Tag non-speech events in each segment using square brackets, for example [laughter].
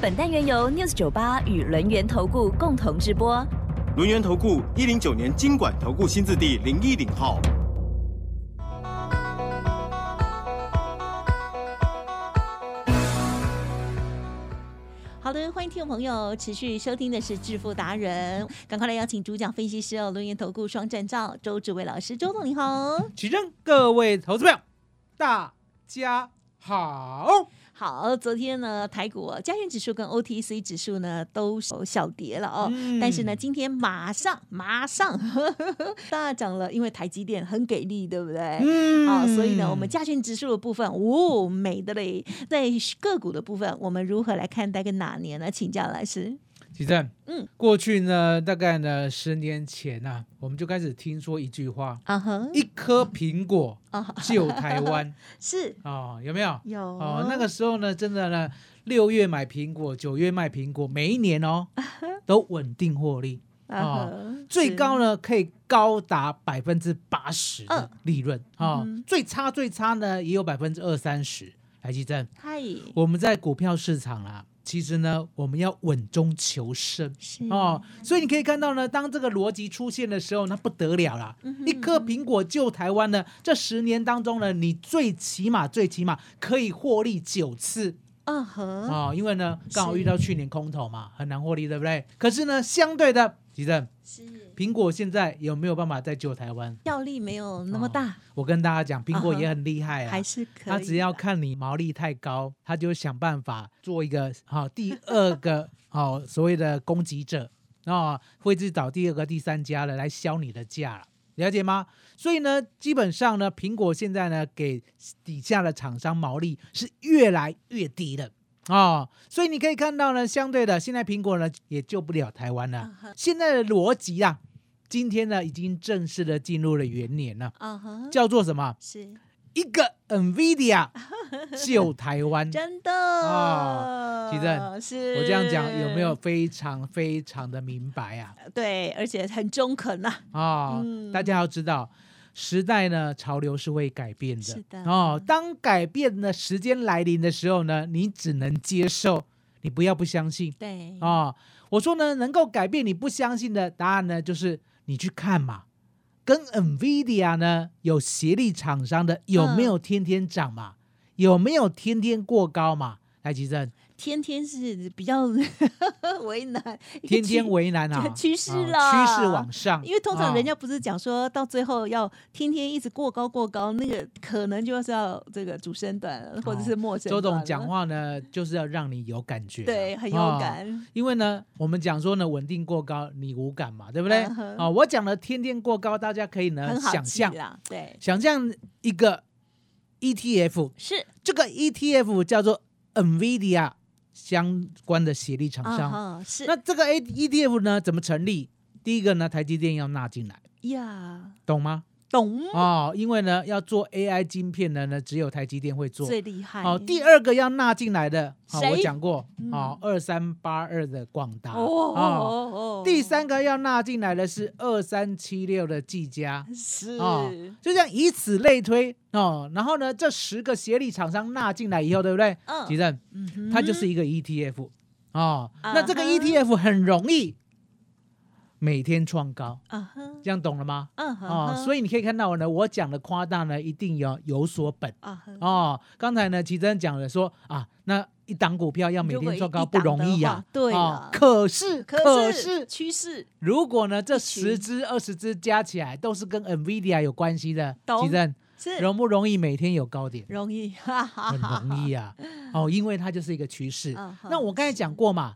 本单元由 News 九八与轮源投顾共同直播。轮源投顾一零九年经管投顾新字第零一零号。好的，欢迎听众朋友持续收听的是《致富达人》，赶快来邀请主讲分析师哦，轮研投顾双证照周志伟老师，周总你好。取证，各位投资朋友，大家好。好，昨天呢，台股哦加权指数跟 OTC 指数呢都小小跌了哦，嗯但是呢，今天马上马上 [laughs] 大涨了，因为台积电很给力，对不对？嗯啊、所以呢，我们加权指数的部分，哦，美的嘞，在个股的部分，我们如何来看待跟哪年呢？请教老师。取证，嗯嗯，过去呢，大概呢十年前呐、啊，我们就开始听说一句话：啊哈，一颗苹果啊哈，救台 [laughs] 湾是哦，有没有？有啊哦，那个时候呢，真的呢，六月买苹果，九月卖苹果，每一年 [laughs] 哦都稳定获利，啊哦哈最高呢可以高达百分之八十的利润啊、嗯哼最差最差呢也有百分之二三十。来记正，是嗨我们在股票市场啊，其实呢我们要稳中求胜是哦，所以你可以看到呢，当这个逻辑出现的时候，那不得了啦。嗯哼一颗苹果救台湾呢，这十年当中呢，你最起码最起码可以获利九次啊哈哦，因为呢是刚好遇到去年空头嘛，很难获利，对不对？可是呢，相对的，吉正，是苹果现在有没有办法再救台湾？效力没有那么哦大，我跟大家讲，苹果啊哈也很厉害啊，还是可以他只要的看你毛利太高，他就想办法做一个好、第二个好、所谓的攻击者啊、会去找第二个、第三家的来销你的价了。了解吗？所以呢，基本上呢，苹果现在呢给底下的厂商毛利是越来越低了哦，所以你可以看到呢，相对的，现在苹果呢也救不了台湾了啊。哈现在的逻辑啊，今天呢已经正式的进入了元年了，啊嗯哈，叫做什么？是一个 NVIDIA 救台湾。真的哦其正是我这样讲有没有非常非常的明白啊？对，而且很中肯呐、哦，嗯大家要知道，时代呢潮流是会改变的。是的哦，当改变的时间来临的时候呢，你只能接受，你不要不相信对，哦。我说呢，能够改变你不相信的答案呢，就是你去看嘛。跟 NVIDIA 呢有协力厂商的有没嗯有天天涨嘛？有没有天天过高嘛？来，吉正，天天是比较 [laughs] 为难，一个天趋天为难啊，趋势啊啦趋势往上，因为通常人啊家不是讲说到最后要天天一直过高过高，那个可能就是要这个主升段了哦或者是末升周段了。董讲话呢，就是要让你有感觉啊，对很有啊。感，因为呢，我们讲说呢，稳定过高你无感嘛，对不对？嗯哼啊，我讲的天天过高，大家可以呢很好呃想记象，啦，对，想象一个 ETF，是这个 ETF 叫做 NVIDIA 相关的协力厂啊商。哈，是那这个 A ETF 呢，怎么成立？第一个呢，台积电要纳进来，呀，懂吗？懂哦，因为呢，要做 AI 晶片的呢，只有台积电会做。最厉害好、第二个要纳进来的，好、哎谁我讲过，好、二三八二的广达，哦哦哦哦，第三个要纳进来的是二三七六的技嘉，是哦，就这样以此类推哦。然后呢，这十个协力厂商纳进来以后，对不对？嗯吉正，嗯哼它就是一个 E ETF 哦。那这个啊哈 ETF 很容易每天创高，啊哈这样懂了吗？嗯哼哦，所以以你可以看到呢，我讲的夸大呢，一定要有所本。啊哈哦，刚才呢，奇珍讲了说啊，那一档股票要每如果天做一高一不档容的易呀、话对哦啦，可是可是，趋势如果呢这一群十只二十只加起来都是跟 NVIDIA 有关系的，懂奇珍是？容不容易每天有高点容易，哈 [laughs] 哈很哈容易啊，哦，因为它就是一个趋势。嗯那哼我刚才讲过嘛，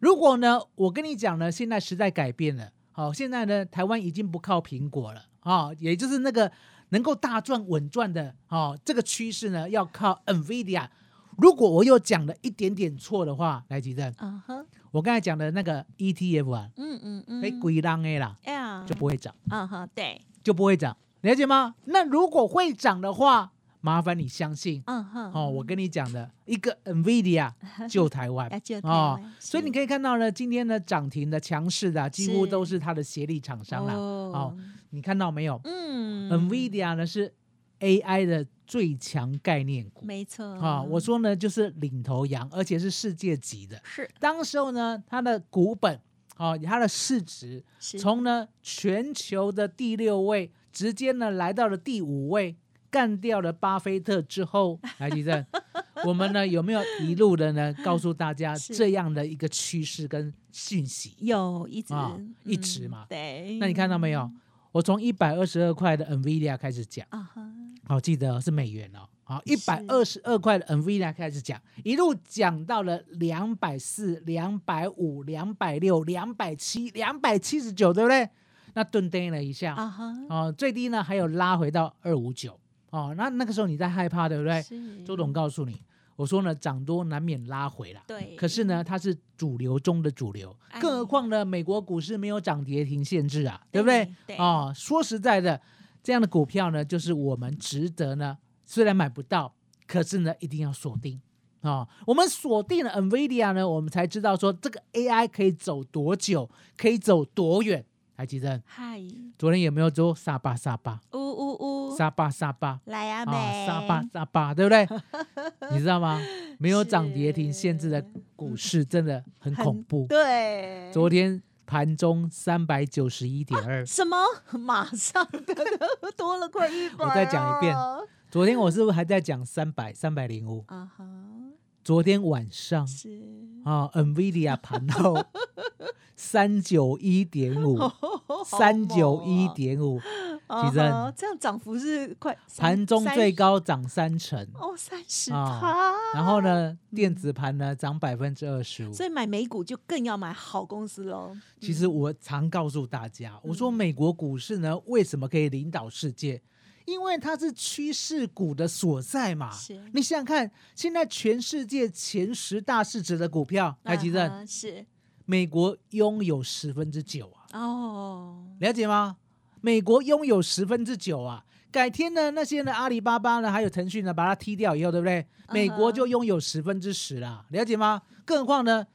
如果呢，我跟你讲呢，现在时代改变了，好、现在呢，台湾已经不靠苹果了啊、也就是哦那个能够大赚稳赚的哦，这个趋势呢，要靠 NVIDIA 如果我又讲了一点点错的话，来吉正，啊哈，我刚才讲的那个 ETF 啊，嗯嗯嗯，被归浪 A 啦，哎呀，就不会涨，啊哈，对，就不会涨，了解吗？那如果会涨的话，麻烦你相信嗯哈，哦，我跟你讲的一个 [laughs] NVIDIA 救台湾要救台哦湾，所以你哎是可以看到呢，今天呢涨停的强势的啊、几乎是都是它的协力厂商啦。哦哦，你看到没有嗯？NVIDIA 呢是 AI 的最强概念股没错啊、我说呢就是领头羊，而且是世界级的。是当时候呢，它的股本啊，它的市值是从呢全球的第六位，直接呢来到了第五位，干掉了巴菲特之后， [laughs] 来吉正，我们呢有没有一路的呢告诉大家是这样的一个趋势跟讯息？有一直啊一直嗯嘛对，那你看到没嗯有？我从一百二十二块的 NVIDIA 开始讲，啊哈，好、记得哦是美元哦。好，一百二十二块的 NVIDIA 开始讲，一路讲到了两百四、两百五、两百六、两百七、两百七十九，对不对？那顿跌了一下，啊哈，哦，最低呢还有拉回到二五九，哦，那那个时候你在害怕，对不对？是哎周董告诉你，我说呢，涨多难免拉回啦。对，可是呢，它是主流中的主流，哎更何况呢，美国股市没有涨跌停限制啊，对不对？对对哦，说实在的，这样的股票呢，就是我们值得呢，虽然买不到，可是呢，一定要锁定。哦，我们锁定了 NVIDIA 呢，我们才知道说这个 AI 可以走多久，可以走多远。还记得嗨，昨天有没有做沙巴沙巴呜呜呜，沙巴沙巴来啊啊妹，沙巴沙巴，对不 [laughs] 对？你知道吗？没有涨跌停是限制的股市真的很恐怖。对，昨天盘中三百九十一点二，什么？马上 [laughs] 多了快一百、哦我再讲一遍昨天我是不是还在讲三百三百零五？啊哈，昨天晚上是啊，NVIDIA 盘 [laughs] 后三九一点哦五，三九一点五，啊其实哈这样涨幅是快三盘中三最高涨三成，哦三十啊趴，然后呢，电子盘呢涨百分之二十五。所以买美股就更要买好公司喽。其实我常告诉大家，我说美国股市呢为什么可以领导世界？因为它是趋势股的所在嘛。是你想想看，现在全世界前十大市值的股票，埃台积及电，人是美国拥有十分之九啊，哦，了解吗？美国拥有十分之九啊。改天呢，那些呢，阿里巴巴呢，还有腾讯呢，把它踢掉以后，对不对？美国就拥有十分之十啦，了解吗？更何况呢，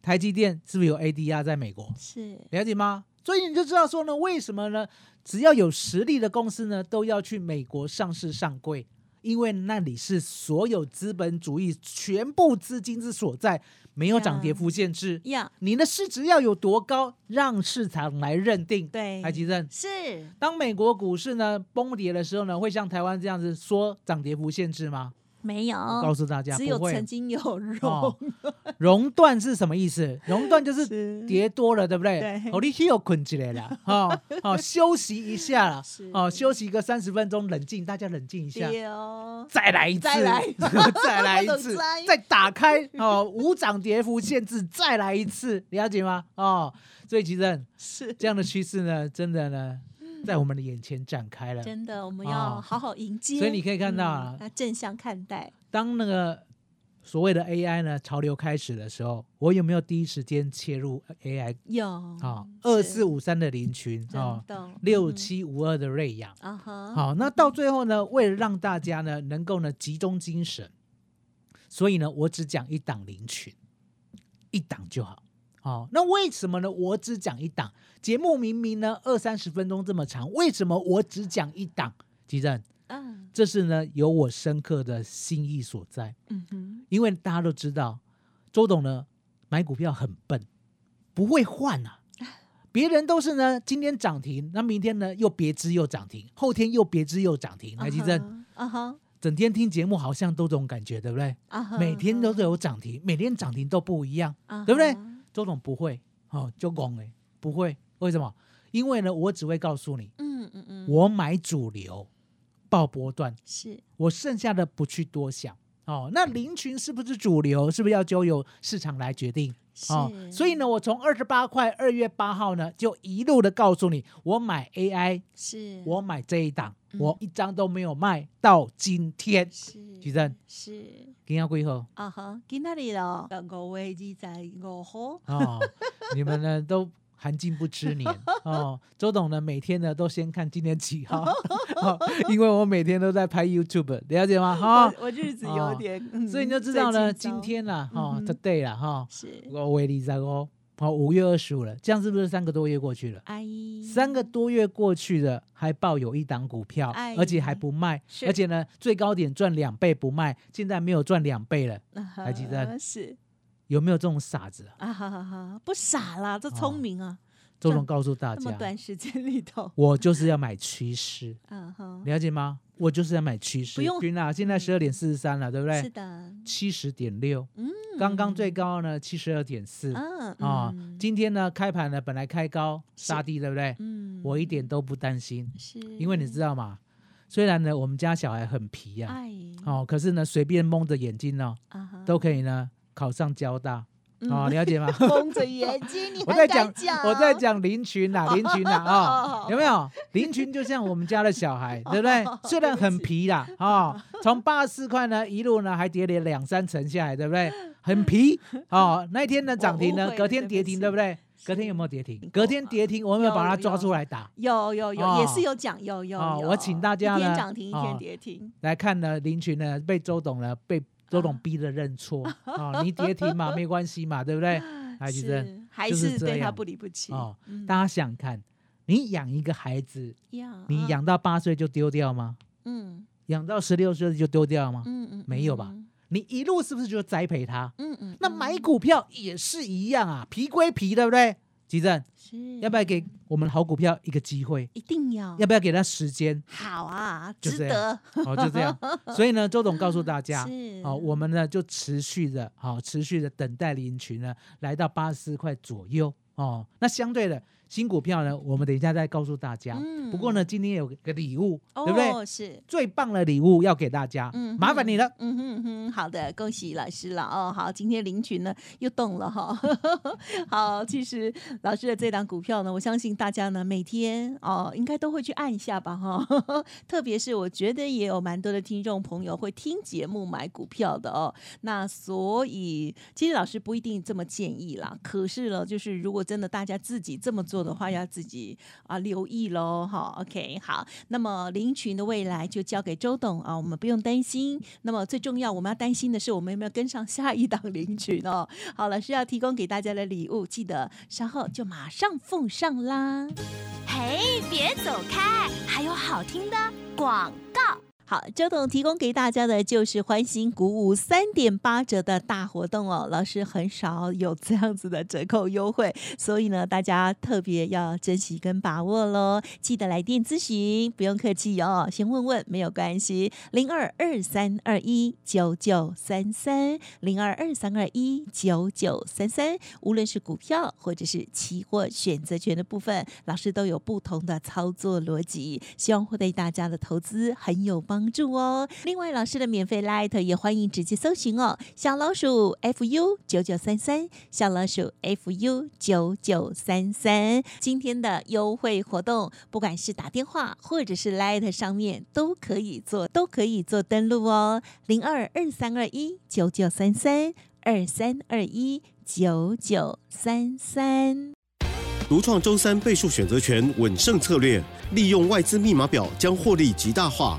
台积电是不是有 ADR 在美国？是了解吗？所以你就知道说呢，为什么呢？只要有实力的公司呢，都要去美国上市上柜，因为那里是所有资本主义全部资金之所在，没有涨跌幅限制。呀，你的市值要有多高，让市场来认定。对台积电。是当美国股市呢崩跌的时候呢，会像台湾这样子说涨跌幅限制吗？没有，我告诉大家，哦只有不会曾经有哦 [laughs] 肉，熔断是什么意思？熔断就是是跌多了，对不对对？哦，你又困起来 [laughs] 了，哦哦，休息一下啦是，哦，休息个三十分钟，冷静，大家冷静一下，丢再来一次，再来 [laughs] 再来一我次 [laughs] 懂塞，再打开哦，无涨跌幅限制，再来一次，了解吗？哦，所以其实是。这样的趋势呢，真的呢，在我们的眼前展开了。嗯真的，我们哦要好好迎接。所以你可以看到啊嗯要正向看待。当那个所谓的 AI 呢潮流开始的时候，我有没有第一时间切入 AI 有啊，哦是二四五三的林群啊真，的六嗯七五二的瑞阳。啊哈，好，那到最后呢，为了让大家呢能够呢集中精神，所以呢，我只讲一档林群，一档就好。好，那为什么呢？我只讲一档节目，明明呢二三十分钟这么长，为什么我只讲一档？吉正，嗯这是呢有我深刻的心意所在。嗯哼，因为大家都知道，周董呢买股票很笨，不会换啊。别人都是呢，今天涨停，那明天呢又别之又涨停，后天又别之又涨停。台积电啊哈整天听节目，好像都这种感觉，对不对？啊哈，每天都对，有涨停，每天涨停都不一样，啊哈对不对？周董不会，哦，就拱哎，不会，为什么？因为呢，我只会告诉你，嗯嗯嗯，我买主流，爆波段，是我剩下的不去多想。哦，那林群是不是主流？是不是要交由市场来决定？哦，是所以呢，我从二十八块二月八号呢，就一路的告诉你，我买 AI，是我买这一档，我一张都没有卖到今天。嗯是举证，是今天几号？啊哈，今天里了五月二十五号，哦， [laughs] 你们呢都含金不吃年哦。周董呢每天呢都先看今天几 [laughs] 号、哦，因为我每天都在拍 YouTube，了解吗？哈、我我日子有点，嗯啊所以你就知道呢，最今近糟天啊哦啦，哈、嗯哼 t o d a y 啦，哈、是我维利在哦，好，五月二十五了，这样是不是三个多月过去了？哎三个多月过去了，还抱有一档股票哎，而且还不卖，是而且呢，最高点赚两倍不卖，现在没有赚两倍了，还台积电啊是有没有这种傻子啊？啊哈哈哈，不傻啦，这哦聪明啊，周这总告诉大那么家，短时间 [laughs] 里头，我就是要买趋势，啊哈，了解吗？我就是要买趋势。不用君啊，现在十二点四十三了，对不是对？的，七十点六，嗯，刚刚最高呢七十二点四嗯啊嗯。今天呢开盘呢本来开高杀低，对不对？嗯我一点都不担心，是，因为你知道吗？虽然呢我们家小孩很皮呀，哎哦，可是呢，随便蒙着眼睛呢、啊哈，都可以呢考上交大，嗯哦，了 [laughs] 解吗？蒙着眼睛，你我还在敢讲，讲我在讲林群呐、林 [laughs] 群呐啊、哦哦，有没有？林群就像我们家的小孩，对不对？虽然很皮 [laughs] 啦，哦，从八十四块呢一路呢还跌了两三层下来，对不对？很皮哦。那一天呢涨停我误呢会，了隔天跌停，对对不不起对？隔天有没有跌停有？隔天跌停，我有没有把它有有抓出来打？有有有，哦也是有讲，有有哦有我请大家一天呢涨停一天哦跌停，来看呢，林群呢被周董呢被周董啊逼的认错 [laughs] 啊、你跌停嘛，没关系嘛，对不对？来，举证是还哎就是是这对他样不离不弃哦，嗯大家想想看，你养一个孩子，呀你啊养到八岁就丢掉吗？嗯养到十六岁就丢掉吗？嗯嗯没有吧嗯你一路是不是就栽培他？嗯嗯，那买股票也是一样啊，皮归皮，对不对？吉正，嗯是要不要给我们好股票一个机会？一定要要不要给他时间？好啊，就值这得样哦，就这 [laughs] 样。所以呢，周董告诉大家，是哦，我们呢就持续的，好、持续的等待林群呢来到八十四块左右哦。那相对的新股票呢，我们等一下再告诉大家。嗯不过呢，今天有个礼物，对不哦对？是。最棒的礼物要给大家，嗯麻烦你了。嗯哼哼，好的，恭喜老师了哦。好，今天林群呢又动了哈、 [laughs] 好，其实老师的这档股票呢，我相信大家呢每天哦应该都会去按一下吧哈、 [laughs] 特别是我觉得也有蛮多的听众朋友会听节目买股票的哦。那所以其实老师不一定这么建议啦，可是呢，就是如果真的大家自己这么做的话，要自己啊留意喽哈、OK，好，那么林群的未来就交给周董啊，我们不用担心。那么最重要，我们要担心的是我们有没有跟上下一档林群哦。好，老师要提供给大家的礼物，记得稍后就马上奉上啦。嘿，别走开，还有好听的广告。好，周董提供给大家的就是欢欣鼓舞三点八折的大活动哦，老师很少有这样子的折扣优惠，所以呢，大家特别要珍惜跟把握喽。记得来电咨询，不用客气哦，先问问没有关系。零二二三二一九九三三，零二二三二一九九三三。无论是股票或者是期货选择权的部分，老师都有不同的操作逻辑，希望会对大家的投资很有帮助哦。另外，老师的免费 Light 也欢迎直接搜寻哦，小老鼠 fu 九九三三，小老鼠 fu 九九三三。今天的优惠活动，不管是打电话或者是 Light 上面都可以做，都可以做登录哦，零二二三二一九九三三二三二一九九三三。独创周三倍数选择权稳胜策略，利用外资密码表将获利极大化。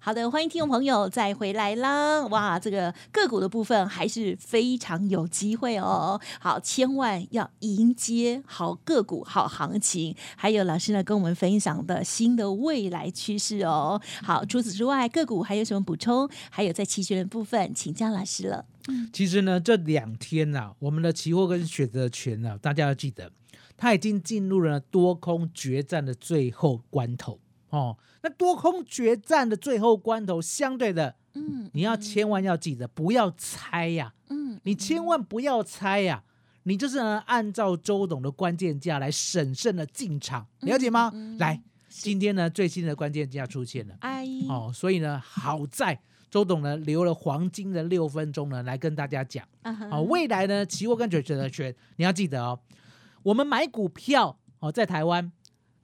好的，欢迎听众朋友再回来啦！哇，这个个股的部分还是非常有机会哦。好，千万要迎接好个股、好行情，还有老师呢跟我们分享的新的未来趋势哦。好，除此之外，个股还有什么补充？还有在期权的部分，请教老师了。其实呢，这两天呐、啊，我们的期货跟选择权呢、啊，大家要记得，它已经进入了多空决战的最后关头哦。那多空决战的最后关头，相对的嗯，你要嗯千万要记得，不要猜呀、嗯，你千万不要猜呀、你就是呢按照周董的关键价来审慎的进场，了解吗？嗯嗯来，是今天呢最新的关键价出现了哎，哦，所以呢好在周董呢留了黄金的六分钟呢来跟大家讲啊哈哦，未来呢期货跟选择权你要记得哦，我们买股票哦在台湾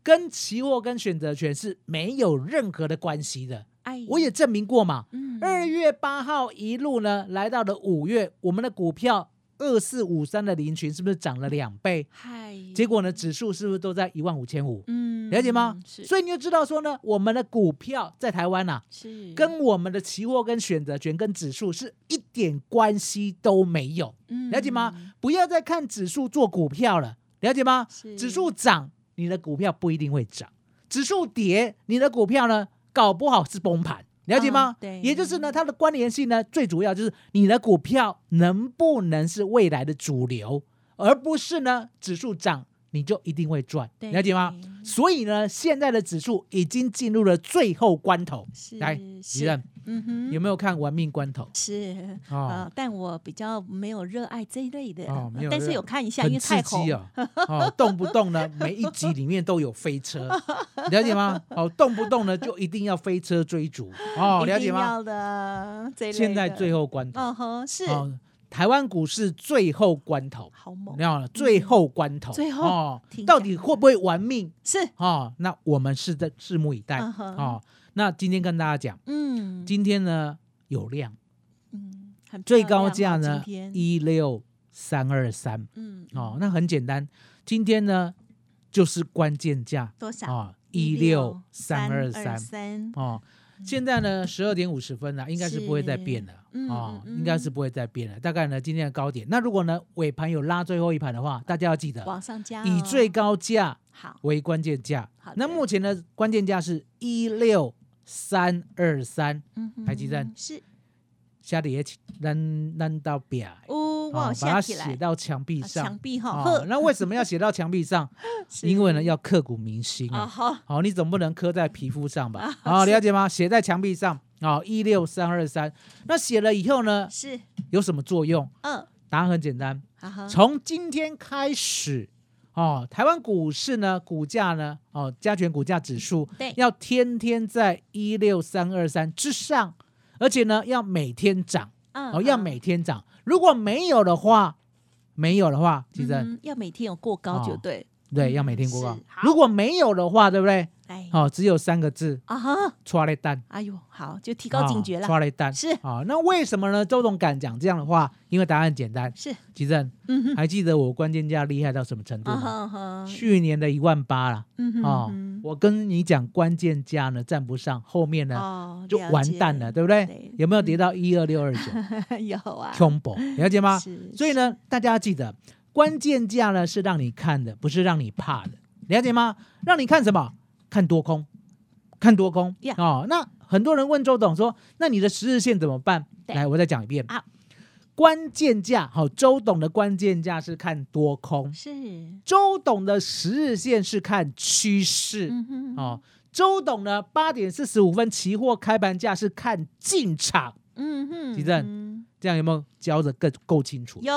跟期货跟选择权是没有任何的关系的，哎，我也哎证明过嘛，嗯二月八号一路呢，来到了五月，我们的股票二四五三的林群是不是涨了两倍？嗨，结果呢，指数是不是都在一万五千五？嗯，了解吗？是，所以你就知道说呢，我们的股票在台湾呐、是跟我们的期货、跟选择权、跟指数是一点关系都没有，了解吗？？嗯不要再看指数做股票了，了解吗？是指数涨，你的股票不一定会涨；指数跌，你的股票呢，搞不好是崩盘，了解吗？嗯对也就是呢，它的关联性呢，最主要就是你的股票能不能是未来的主流，而不是呢指数涨你就一定会赚，对了解吗？所以呢，现在的指数已经进入了最后关头。是来，是吉任嗯哼，有没有看《玩命关头》？是哦啊、呃但我比较没有热爱这一类的，呃哦没有但是热有看一下，因很为刺太红激，哦， [laughs] 哦，动不动呢，每一集里面都有飞车，了解吗？哦，动不动呢就一定要飞车追逐，哦，一了定解吗？要的这一类现在最后，后关头，嗯哼，是、哦，台湾股市最后关头，好猛你，知道吗？最后关头，嗯最后哦听，到讲底会不会玩命？是，哦，那我们是在拭目以待。嗯哼哦，那今天跟大家讲，嗯，今天呢有量，嗯，很最漂高亮价啊呢今天一六三二三。嗯，哦，那很简单，今天呢就是关键价多少？啊，一六三二三三，哦。现在呢，十二点五十分了，应该是不会再变了嗯哦，嗯应该是不会再变了。大概呢，今天的高点。那如果呢尾盘有拉最后一盘的话，大家要记得往上加、哦，以最高价好，为关键价好。那的目前呢，关键价是一六三二三，嗯哼，台积电是，下底也起，咱咱到表，哦，哦哇，把它下起写来，到墙壁啊上墙。壁哦哈，呵，，那为什么要写到墙壁上？是因为呢要刻骨铭心啊，啊。好，好、你总不能刻在皮肤上吧？好、了解吗？写在墙壁上啊，一六三二三。那写了以后呢，是，有什么作用？嗯，答案很简单，好好，从今天开始，哦，台湾股市呢，股价呢，哦，加权股价指数对要天天在一六三二三之上，而且呢，要每天涨，嗯，哦，要嗯每天涨。如果没有的话，没有的话，其实、嗯要每天有过高就哦对。对，要每天过高是好。如果没有的话，对不对？哎，好、哦只有三个字，啊哈，抓了蛋，哦哎呦，好，就提高警觉了。抓了蛋是啊、那为什么呢？周董敢讲这样的话，因为答案很简单。是，其正，嗯哼，还记得我关键价厉害到什么程度啊吗？哈哈，去年的一万八啦，嗯哼啊、嗯我跟你讲，关键价呢站不上，后面哼呢、哦，啊就完蛋了，对不对？对嗯有没有跌到一二六二九对？ [laughs] 有啊， combo？了 [laughs] 解吗？是所以呢，大家要记得，关键价呢是让你看的，不是让你怕的，了解吗？让你看什么？看多空，看多空。 Yeah 哦，那很多人问周董说，那你的十日线怎么办？对来，我再讲一遍好。关键价，好、周董的关键价是看多空，是，嗯周董的十日线是看趋势。嗯哼，哦，周董呢，八点四十五分期货开盘价是看进场，嗯哼，吉正嗯这样有没有教的更够清楚？有，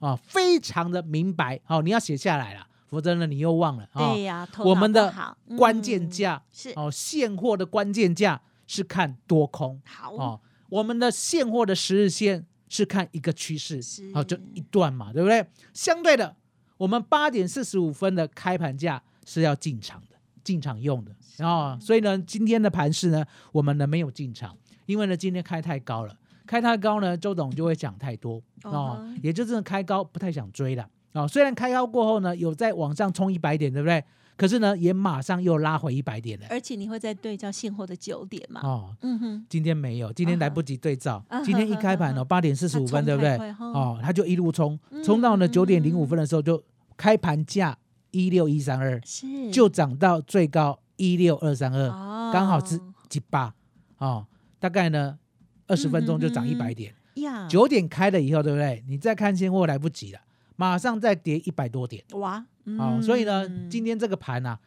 啊、非常的明白。好、你要写下来了，否则呢你又忘了啊。对哎呀，头我脑们不的好关键嗯价是哦，现货的关键价是看多空好，哦，我们的现货的十日线是看一个趋势是，哦，就一段嘛，对不对？相对的，我们八点四十五分的开盘价是要进场的，进场用的。然、后，所以呢，今天的盘势呢，我们呢没有进场，因为呢今天开太高了，开太高呢，周董就会讲太多哦嗯哼也就是开高不太想追了哦。虽然开高过后呢，有在往上冲一百点，对不对？可是呢，也马上又拉回一百点了而且你会再对照现货的九点嘛？哦。嗯哼，今天没有，今天来不及对照。啊哈今天一开盘啊哈哦，八点四十五分，对不对它冲太快？哦哦，它就一路冲，嗯冲到呢嗯九点零五嗯分的时候就开盘价一六一三二，是，就涨到最高一六二三二，哦刚好是几八哦，大概呢二十分钟就涨嗯一嗯嗯百嗯点。呀，九点开了以后，对不对？你再看现货来不及了，马上再跌一百多点。哇，哦，嗯所以呢，今天哦天嗯这个盘啊，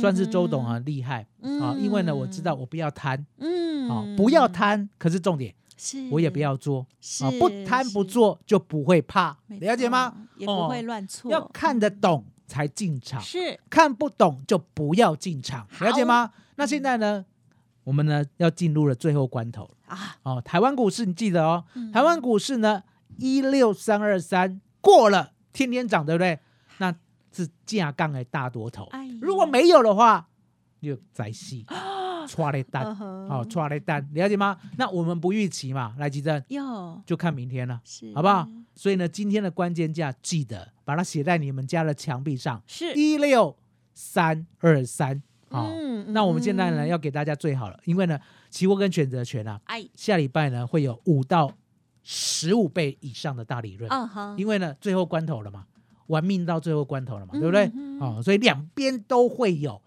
算是周董啊厉害啊，因为呢，我知道我不要贪，嗯，嗯，哦嗯，不要贪，可是重点是我也不要做是啊，不贪不，做就不会怕，是了解吗？？没错也不会哦乱错，要看得懂才进场，是看不懂就不要进场，好嗯了解吗？那现在呢，我们呢要进入了最后关头了啊，哦。台湾股市你记得哦，嗯台湾股市呢一六三二三过了，天天涨，对不对？那是架杠的大多头哎呀，如果没有的话，就宰戏，抓了蛋嗯，哼哦，抓了蛋，了解吗？那我们不预期嘛，来吉正哟就看明天了。是好不好？所以呢，今天的关键价记得把它写在你们家的墙壁上，是一六三二三啊。嗯那我们现在呢嗯要给大家最好了，因为呢，期货跟选择权啊，哎下礼拜呢会有五到十五倍以上的大利润，嗯哼，因为呢最后关头了嘛，玩命到最后关头了嘛，对不对？嗯哼哦，所以两边都会有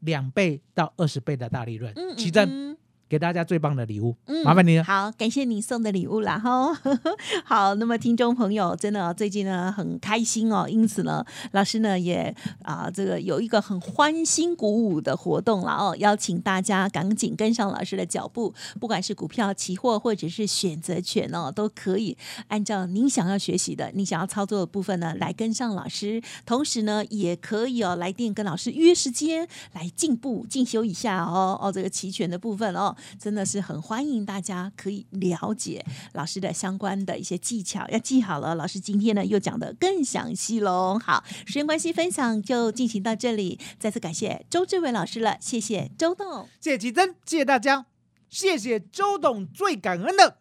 两倍到二十倍的大利润。嗯奇嗯正嗯给大家最棒的礼物，嗯麻烦你了。好，感谢你送的礼物啦哈。 [laughs] 好，那么听众朋友真的哦最近呢很开心哦，因此呢，老师呢也啊、这个有一个很欢欣鼓舞的活动了哦，邀请大家赶紧跟上老师的脚步，不管是股票、期货或者是选择权哦，都可以按照您想要学习的、您想要操作的部分呢来跟上老师，同时呢也可以哦来电跟老师约时间来进步进修一下哦哦这个期权的部分哦，真的是很欢迎大家可以了解老师的相关的一些技巧，要记好了。老师今天呢又讲得更详细喽。好，时间关系，分享就进行到这里，再次感谢周志伟老师了，谢谢周董。谢谢奇珍，谢谢大家，谢谢周董，最感恩的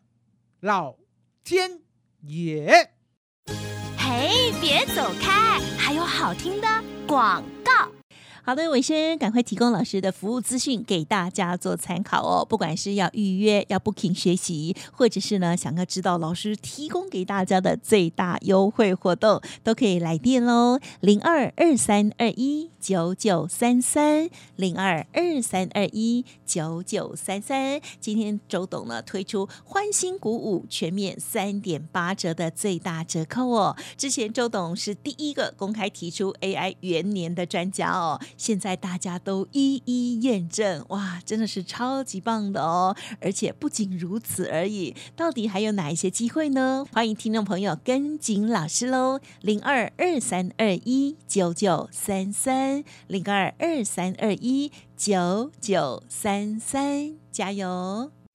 老天爷。嘿，别走开，还有好听的广告。好的，伟生，赶快提供老师的服务资讯给大家做参考哦。不管是要预约、要 booking 学习，或者是呢想要知道老师提供给大家的最大优惠活动，都可以来电喽，零二二三二一九九三三，零二二三二一九九三三。今天周董呢推出欢欣鼓舞全面三点八折的最大折扣哦。之前周董是第一个公开提出 AI 元年的专家哦，现在大家都一一验证，哇，真的是超级棒的哦！而且不仅如此而已，到底还有哪一些机会呢？欢迎听众朋友跟紧老师喽，零二二三二一九九三三，零二二三二一九九三三，加油！